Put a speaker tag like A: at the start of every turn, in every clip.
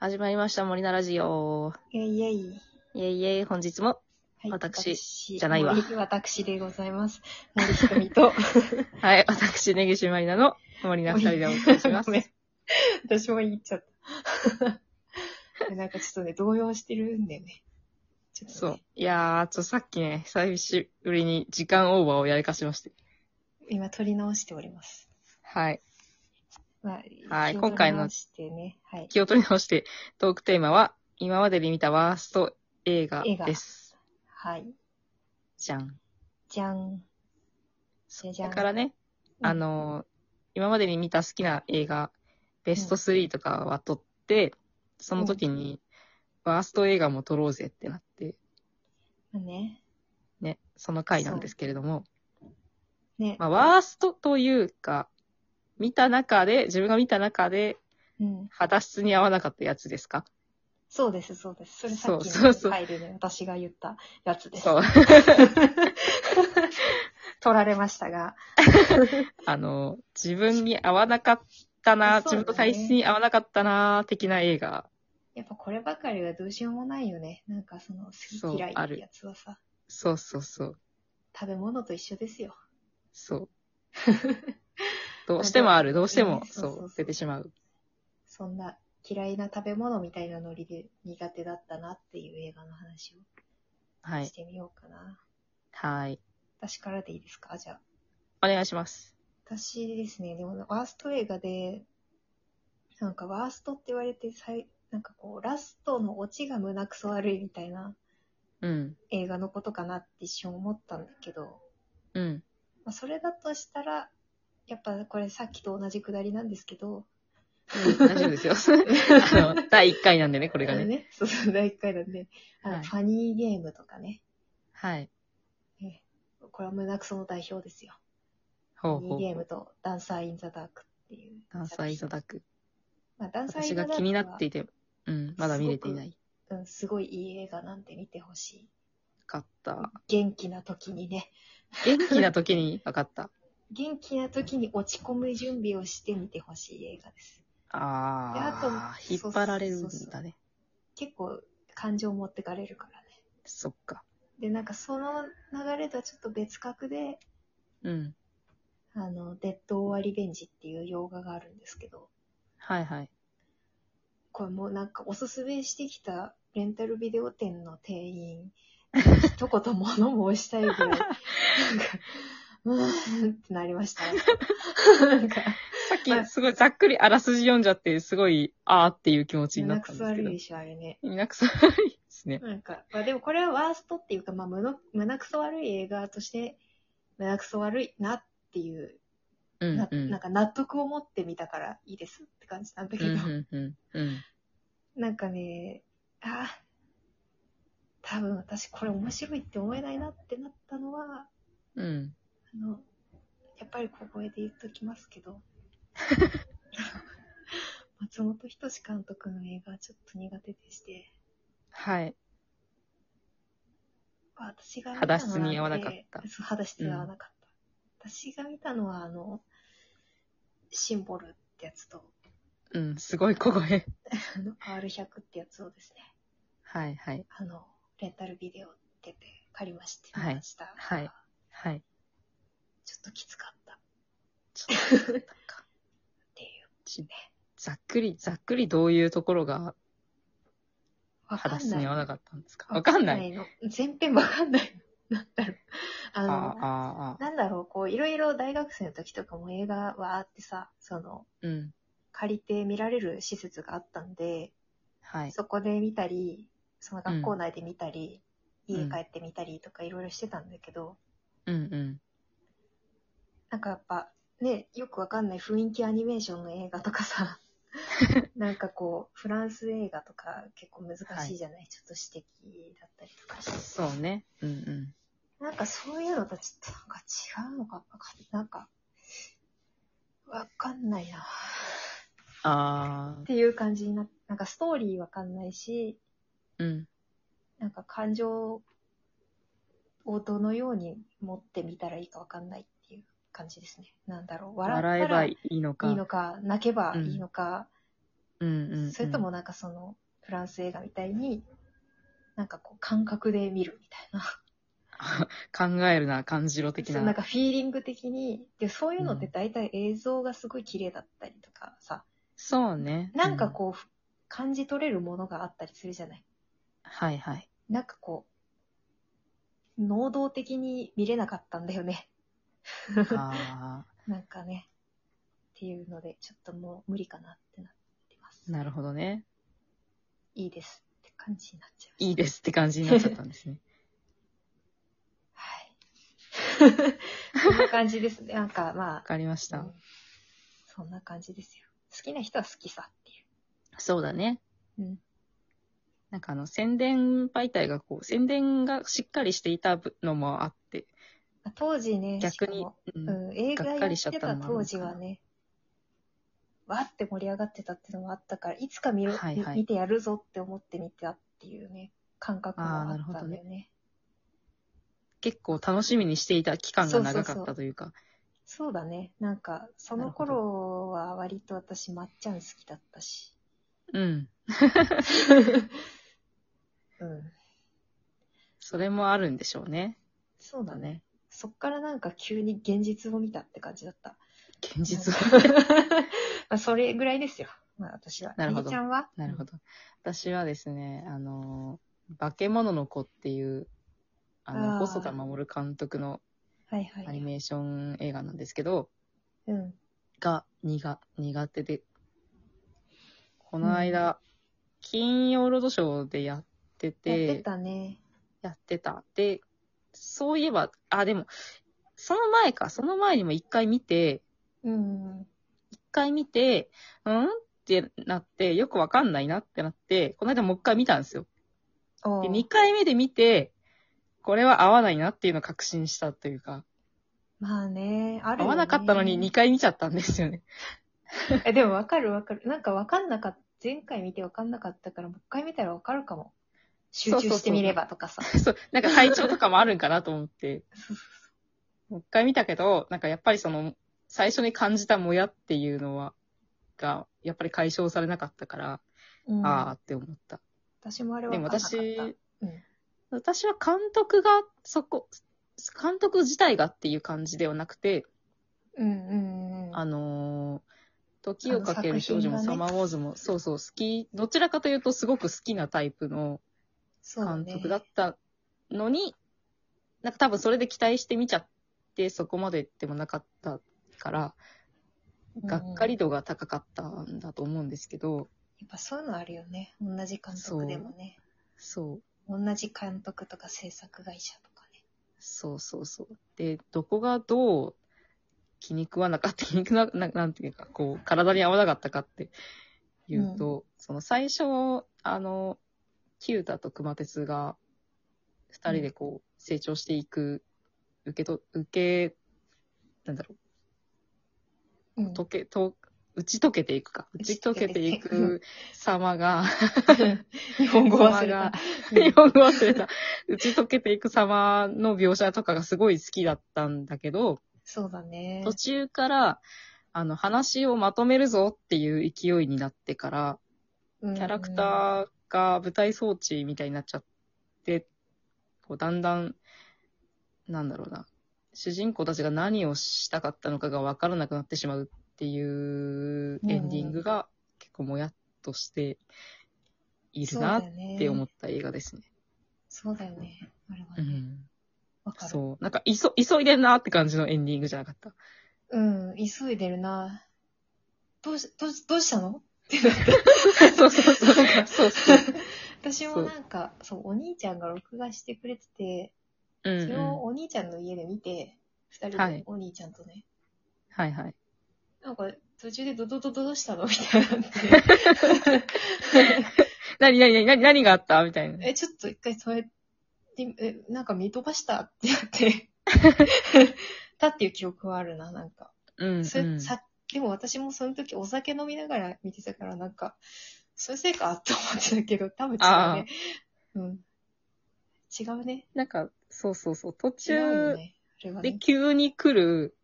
A: 始まりました、森菜ラジオ。
B: イェイイェイ。
A: イェイイェイ、本日も。
B: はい
A: 私じゃないわ
B: 森私でございます。森ひとみ と。
A: はい、私、根岸まりなの森菜二人でお送りし ます
B: ご。めん私も言っちゃった。 なんかちょっとね、動揺してるんだよね。ちょっと
A: そ
B: ね
A: う。いやー、ちょ、さっきね、久しぶりに時間オーバーをやりかしまして。
B: 今撮り直しております。
A: はい。
B: まあ、
A: はい
B: 一応撮り
A: 今回の
B: 直してね、はい。
A: 気を取り直して、トークテーマは、今までに見たワースト映画
B: 映画
A: です。
B: はい。
A: じゃん。
B: じゃん。じゃじゃ
A: だ
B: ん。
A: からね、
B: うん
A: あのー今までに見た好きな映画、ベスト3とかは撮って、その時に、ワースト映画も撮ろうぜってなって、
B: まあね。
A: ね、その回なんですけれども、
B: ね。
A: まあ、ワーストというか、見た中で、自分が見た中で、
B: うん。
A: 肌質に合わなかったやつですか
B: そうです、そうです。それさっき
A: そうそうそう
B: の回でね、私が言ったやつです。
A: そう。
B: 取られましたが。
A: あの、自分に合わなかったな、自
B: そうだね
A: 分の体質に合わなかったな、的な映画。
B: やっぱこればかりはどうしようもないよね。なんかその
A: そ
B: 好
A: う
B: き嫌い
A: あ
B: っ
A: る
B: てやつはさ、
A: そうそうそう。
B: 食べ物と一緒ですよ。
A: そう。どうしてもある、どうしても、
B: ね
A: そ
B: そうそう
A: う
B: そ、う
A: 出てしまう。
B: そんな嫌いな食べ物みたいなノリで苦手だったなっていう映画の話
A: は
B: を
A: い
B: し。てみようかな。
A: はい。
B: 私からでいいですかじゃあ。
A: お願いします。
B: 私ですね、でもワースト映画で、なんかワーストって言われて最、なんかこう、ラストのオチが胸くそ悪いみたいな
A: うん。
B: 映画のことかなって一瞬思ったんだけど、
A: うん。
B: まあ、それだとしたら、やっぱこれさっきと同じくだりなんですけど、
A: 大丈夫 ですよ。あの、第1回なんでね、これが
B: あの
A: ね。
B: ね、そうそう、第1回なんで、あの
A: はい
B: ファニーゲームとかね、
A: はい。
B: ねこれは胸クソの代表ですよ。
A: ほう
B: フ
A: ほ
B: ァニ
A: う
B: ーゲー
A: ほ
B: ム
A: う。
B: とダンサー・イン・ザ・ダークっていう。
A: ダンサーいただく。
B: まあ、ダンサー・イ
A: 私
B: ン・ザ・
A: が
B: ダークは
A: 気になっていて、うん、まだ見れていない。
B: うん、すごいいい映画なんで見てほしい。
A: かった。
B: 元気な時にね、
A: 元気な時に分か った。
B: 元気な時に落ち込む準備をして見てほしい映画です。で
A: あ
B: あ
A: あ、
B: と
A: 引っ張られるん
B: そうそうそ
A: だね。
B: 結構感情持ってかれるからね。
A: そっか。
B: で、なんかその流れとはちょっと別格で、
A: うん。
B: あの、デッド・オア・リベンジっていう洋画があるんですけど、
A: はいはい。
B: これもうなんかおすすめしてきたレンタルビデオ店の店 員、一言物申したいぐらい、なんか、うーんってなりました。なんか、
A: さっ
B: まあ
A: き、すごいざっくりあらすじ読んじゃって、すごい、あーっていう気持ちにな
B: 胸
A: っ
B: く
A: たん
B: そ
A: ですけ
B: 悪
A: ど
B: いで。しょ、あれね。
A: 胸くそ悪いですね。
B: なんか、まあでもこれはワーストっていうか、まあ胸胸くそ悪い映画として、胸くそ悪いなっていう、
A: うん
B: な
A: うん。
B: なんか納得を持ってみたからいいですって感じなんだけ
A: うん
B: ど。
A: うんうんうん。
B: なんかね、ああ、多分私これ面白いって思えないなってなったのは、
A: うん。
B: あの、やっぱり小声で言っときますけど、 松本人志監督の映画はちょっと苦手でして、
A: はい。
B: 私が
A: 肌質に合わなかった
B: そう、肌質に合わなかった。私が見たのは、あの、シンボルってやつと、
A: うん、すごい小声。
B: あの、R100 ってやつをですね、
A: はいはい。
B: あの、レンタルビデオ出て借りまして、
A: はい
B: 見ました。
A: はいはい。
B: ちょっときつかったっ
A: ちょっと、なんか、
B: ていう。
A: ざっくり、ざっくりどういうところが
B: わ
A: 肌質に合わなかったんですかわ
B: わ
A: か
B: か
A: ん
B: ん
A: な。
B: ないいの。全編わかんないの。なんだろう。あ
A: あー
B: の、
A: あー、あ
B: なんだろう、こう、いろいろ大学生の時とかも映画はあってさ、その、
A: ーうん。
B: 借りて見られる施設があったんで、
A: はい。
B: そこで見たり、その学
A: う
B: 校
A: ん
B: 内で見たり、
A: う
B: 家
A: ん
B: 帰って見たりとかいろいろしてたんだけど、
A: うんうん。
B: なんかやっぱ、ね、よくわかんない雰囲気アニメーションの映画とかさ、なんかこう、フランス映画とか結構難しいじゃない、ちょっと指摘だったりとかして。
A: そうね。うんうん。
B: なんかそういうのとちょっとなんか違うのかな、なんか、わかんないな。
A: あ
B: っていう感じにななんかストーリーわかんないし、
A: あ、うん。
B: なんか感情をどのように持ってみたらいいかわかんないっていう感じですね。なんだろう。笑った
A: 笑え
B: ら
A: ば
B: い
A: いいのか。
B: いのか、泣けばいいのか、
A: ううんうんうん。
B: それともなんかその、フランス映画みたいに、なんかこう感覚で見るみたいな。
A: 考えるな、感じろ的
B: そ
A: な。
B: うなんかフィーリング的に、で、そういうのって大体映像がすごい綺麗だったりとかさ、
A: そうね。
B: なんか
A: う
B: こう、感じ取れるものがあったりするじゃない。
A: ん、はい はい。
B: なんかこう、能動的に見れなかったんだよね。
A: あ
B: なんかね。っていうので、ちょっともう無理かなってなってます
A: あ、。なるほどね。
B: いいですって感じになっちゃいました。
A: いいですって感じになっちゃったん ですね。
B: はい。こんな感じですね。なんかま
A: わ
B: あ、
A: かりました。
B: うんそんな感じですよ。好きな人は好きさってい
A: そうだね。
B: うん
A: なんかあの、宣伝媒体がこう、宣伝がしっかりしていたのもあって、
B: う。当時ね、
A: 逆
B: し
A: に
B: かも、
A: う
B: うんん、映画
A: がっ
B: や
A: かりしちゃ
B: っ
A: ってたの
B: た
A: もあるのかな
B: 当時はね、わって盛り上がってたっていうのもあったから、いつか見る、
A: はいはい
B: 見てやるぞって思って見てたっていうね、感覚も
A: あー
B: あ
A: なる
B: っ
A: ほ
B: た
A: ど
B: んだ
A: ね
B: よね。
A: 結構楽しみにしていた期間が長
B: そう
A: か
B: そう
A: っ
B: そう
A: たというか、
B: そうだね。なんか、その
A: なる
B: 頃は割と私、まっちゃん好きだったし。
A: うん。
B: うん。
A: それもあるんでしょうね。
B: そうだ
A: だ
B: ね。
A: ね。
B: そっからなんか急に現実を見たって感じだった。
A: 現実は。
B: は。 まあ、それぐらいですよ。まあ、私は。
A: なるほど
B: みりちゃんは
A: なるほ
B: ど。
A: ど。私はですね、あの、化け物の子っていう、あの、
B: あー
A: 細田守監督の
B: はいはい。
A: アニメーション映画なんですけど、
B: うん。
A: が苦苦手で、この間、金曜ロードショーでやって
B: やって
A: て、
B: たね。
A: やってた。で、そういえば、あ、でも、その前か、その前にも一回見て、
B: うん。
A: 一回見て、うんってなって、よくわかんないなってなって、この間もう一回見たんですよ。
B: お
A: で、
B: ー
A: 二回目で見て、これは合わないなっていうのを確信したというか、
B: まあね、あ
A: 合
B: るよね
A: わなかったのに二回見ちゃったんですよね。
B: え、でもわかるわかる。なんかわかんなかった。前回見てわかんなかったから、もう一回見たらわかるかも。集
A: そう
B: 中
A: そう
B: してみればとかさ。
A: そう、なんか体調とかもあるんかなと思って。
B: そうそう
A: もう一回見たけど、なんかやっぱりその、最初に感じたもやっていうのは、が、やっぱり解消されなかったから、
B: そううん
A: あーって思った。
B: 私もあれは
A: で
B: 分
A: も
B: かんなかった。
A: 私、
B: うん
A: 私は監督が、そこ、監督自体がっていう感じではなくて、
B: うんうんうん。
A: あのー時をかける少女
B: あ
A: も
B: の作
A: サ
B: 品
A: マ
B: がね
A: ーウォーズも、そうそう、好き、どちらかというとすごく好きなタイプの
B: そう
A: 監
B: ね
A: 督だったのに、なんか多分それで期待してみちゃって、そこまででもなかったから、がっかり
B: うん
A: 度が高かったんだと思うんですけど、
B: やっぱそういうのあるよね。同じ監督でもね。
A: そう、
B: 同じ監督とか制作会社とかね。
A: そうそうそう。で、どこがどう気に食わなかった、気に食わ な、なんていうか、こう、体に合わなかったかっていうと、その最初、あの、キュータと熊鉄が、二人でこう、成長していく、受けと、受け、なんだろう、
B: うん
A: 溶け、と、打ち解けていくか。打
B: 打
A: ち
B: ち
A: 解
B: 解
A: け
B: け
A: て
B: て
A: い
B: いく
A: く様が、
B: 日 本語忘
A: 様
B: れ
A: が
B: た。
A: 日本語忘れた。打ち解けていく様の描写とかがすごい好きだったんだけど、
B: そうだね
A: 途。中から、あの、話をまとめるぞっていう勢いになってから、
B: キ
A: キャラクターが舞台装置みたいになっちゃって、こう、だんだん、なんだろうな、主人公たちが何をしたかったのかがわからなくなってしまうっていうエンディングが結構もやっとしているなっ
B: って
A: 思った映画ですね。
B: そうだよね。あれは
A: う
B: ね。
A: ん
B: わかる。
A: そう。なんか、急、急いでんなって感じのエンディングじゃなかった。
B: うん、急いでるな。どうし、どうし、どうしたの
A: そうそうそう。 そうそう。
B: 私もなんか、そう、お兄ちゃんが録画してくれてて、
A: うん、
B: それ
A: うん
B: を。お兄ちゃんの家で見て、二人
A: はい
B: でお兄ちゃんとね、
A: はいはい。
B: なんか途中でドドドドドしたのみたいにな って。
A: 何、何、何、何、何があったみたいな。
B: え、ちょっと一回それで、え、なんか見飛ばしたってや って、たっていう記憶はあるな、なんか。
A: うん、うん。
B: それさでも私もその時お酒飲みながら見てたから、なんか、そういうせいかと思ってたけど、多分違うね。うん。違うね。
A: なんか、そうそうそう。途
B: 違うよ
A: 中
B: ね。あれは
A: で
B: ね。
A: 急に来る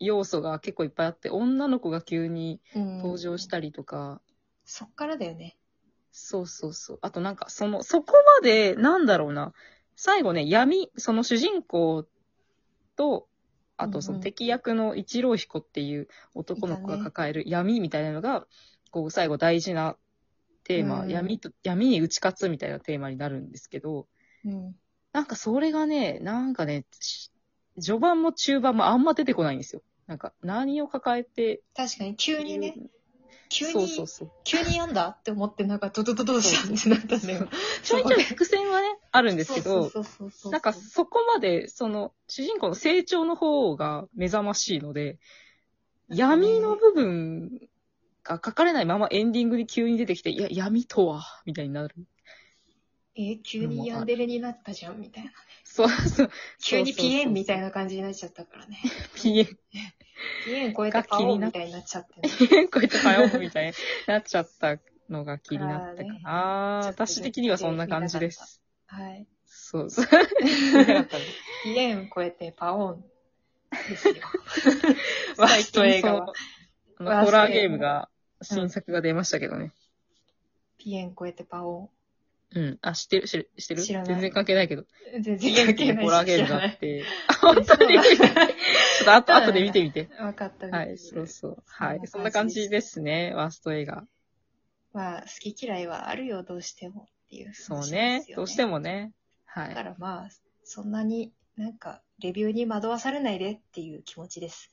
A: 要素が結構いっぱいあって、女の子が急に
B: 登
A: 登場したりとか、
B: そっからだよね。
A: そうそうそう。あとなんか、その、そこまで、なんだろうな。最後ね、闇、その主人公と、あとそ
B: うんう
A: の
B: ん
A: 敵役の一郎彦っていう男の子が
B: いたね
A: 抱える闇みたいなのが、こう、最後大事なテーマ、
B: うん
A: 闇と、闇に打ち勝つみたいなテーマになるんですけど、
B: うん。
A: なんかそれがね、なんかね、し序盤も中盤もあんま出てこないんですよ。なんか、何を抱えて、
B: 確かに、急にね、急に、
A: そうそうそう。
B: 急に病んだって思って、なんか、ドドドドしたってなったんだよ。
A: ちょいちょい伏線はね、あるんですけど、
B: そうそうそうそうそう
A: なんかそこまで、その、主人公の成長の方が目覚ましいので、闇の部分が書かれないままエンディングに急に出てきて、いや、闇とは、みたいになる。
B: え、急にヤンデレになったじゃん、みたいな。
A: そうそう、
B: 急にピエンみたい
A: な。
B: な感じになっちゃったからね。
A: ピエン、
B: ピエン超えてパオみたいになっちゃってね。
A: ピエンこいつ通うみたいになっちゃったのが気になったか
B: あーね
A: な。
B: ちょっと
A: 私的にはそんな感じです。
B: はい。
A: そうそう。
B: ピエン超えてパオンです よ。ワー
A: 最
B: スト映
A: 近そ
B: 画は
A: の、あのホラーゲームが、新作が出ましたけどね。
B: ピエン超えてパオ
A: うん。あ、知ってる知る知ってる
B: 知らない
A: 全然関係ないけど。
B: ン。全然関係ない
A: ホラーゲー
B: し、
A: ム
B: 知ら
A: があ
B: な
A: っ
B: い。
A: て。あ、本当にちょ
B: そうなんだ
A: っと後、後で見てみて。
B: わかった。
A: はい、そうそう。はい。そ
B: そ
A: ん
B: ん
A: な
B: な
A: 感
B: 感じ
A: じですね、ワースト映画。
B: まあ、好き嫌いはあるよ、どうしてもっていう、
A: そうね。どうして
B: も。
A: もね。は
B: だか
A: い。
B: らまあ、そんなになんか、レビューに惑わされないでっていう気持ちです。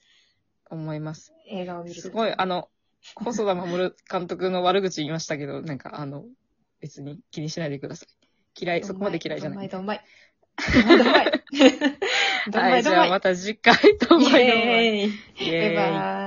A: 思います。
B: 映画を見ると。
A: すごい、あの、細田守監督の悪口言いましたけど、なんか、あの、別に気にしないでください。嫌い、そこまで嫌いじゃない。
B: どんまい、 どんまい。どんまい。どんま、
A: はいい、じ
B: どんま
A: ゃあ
B: い。
A: また次回、と思います。
B: イエーイ。
A: イエーイ
B: バイバイ。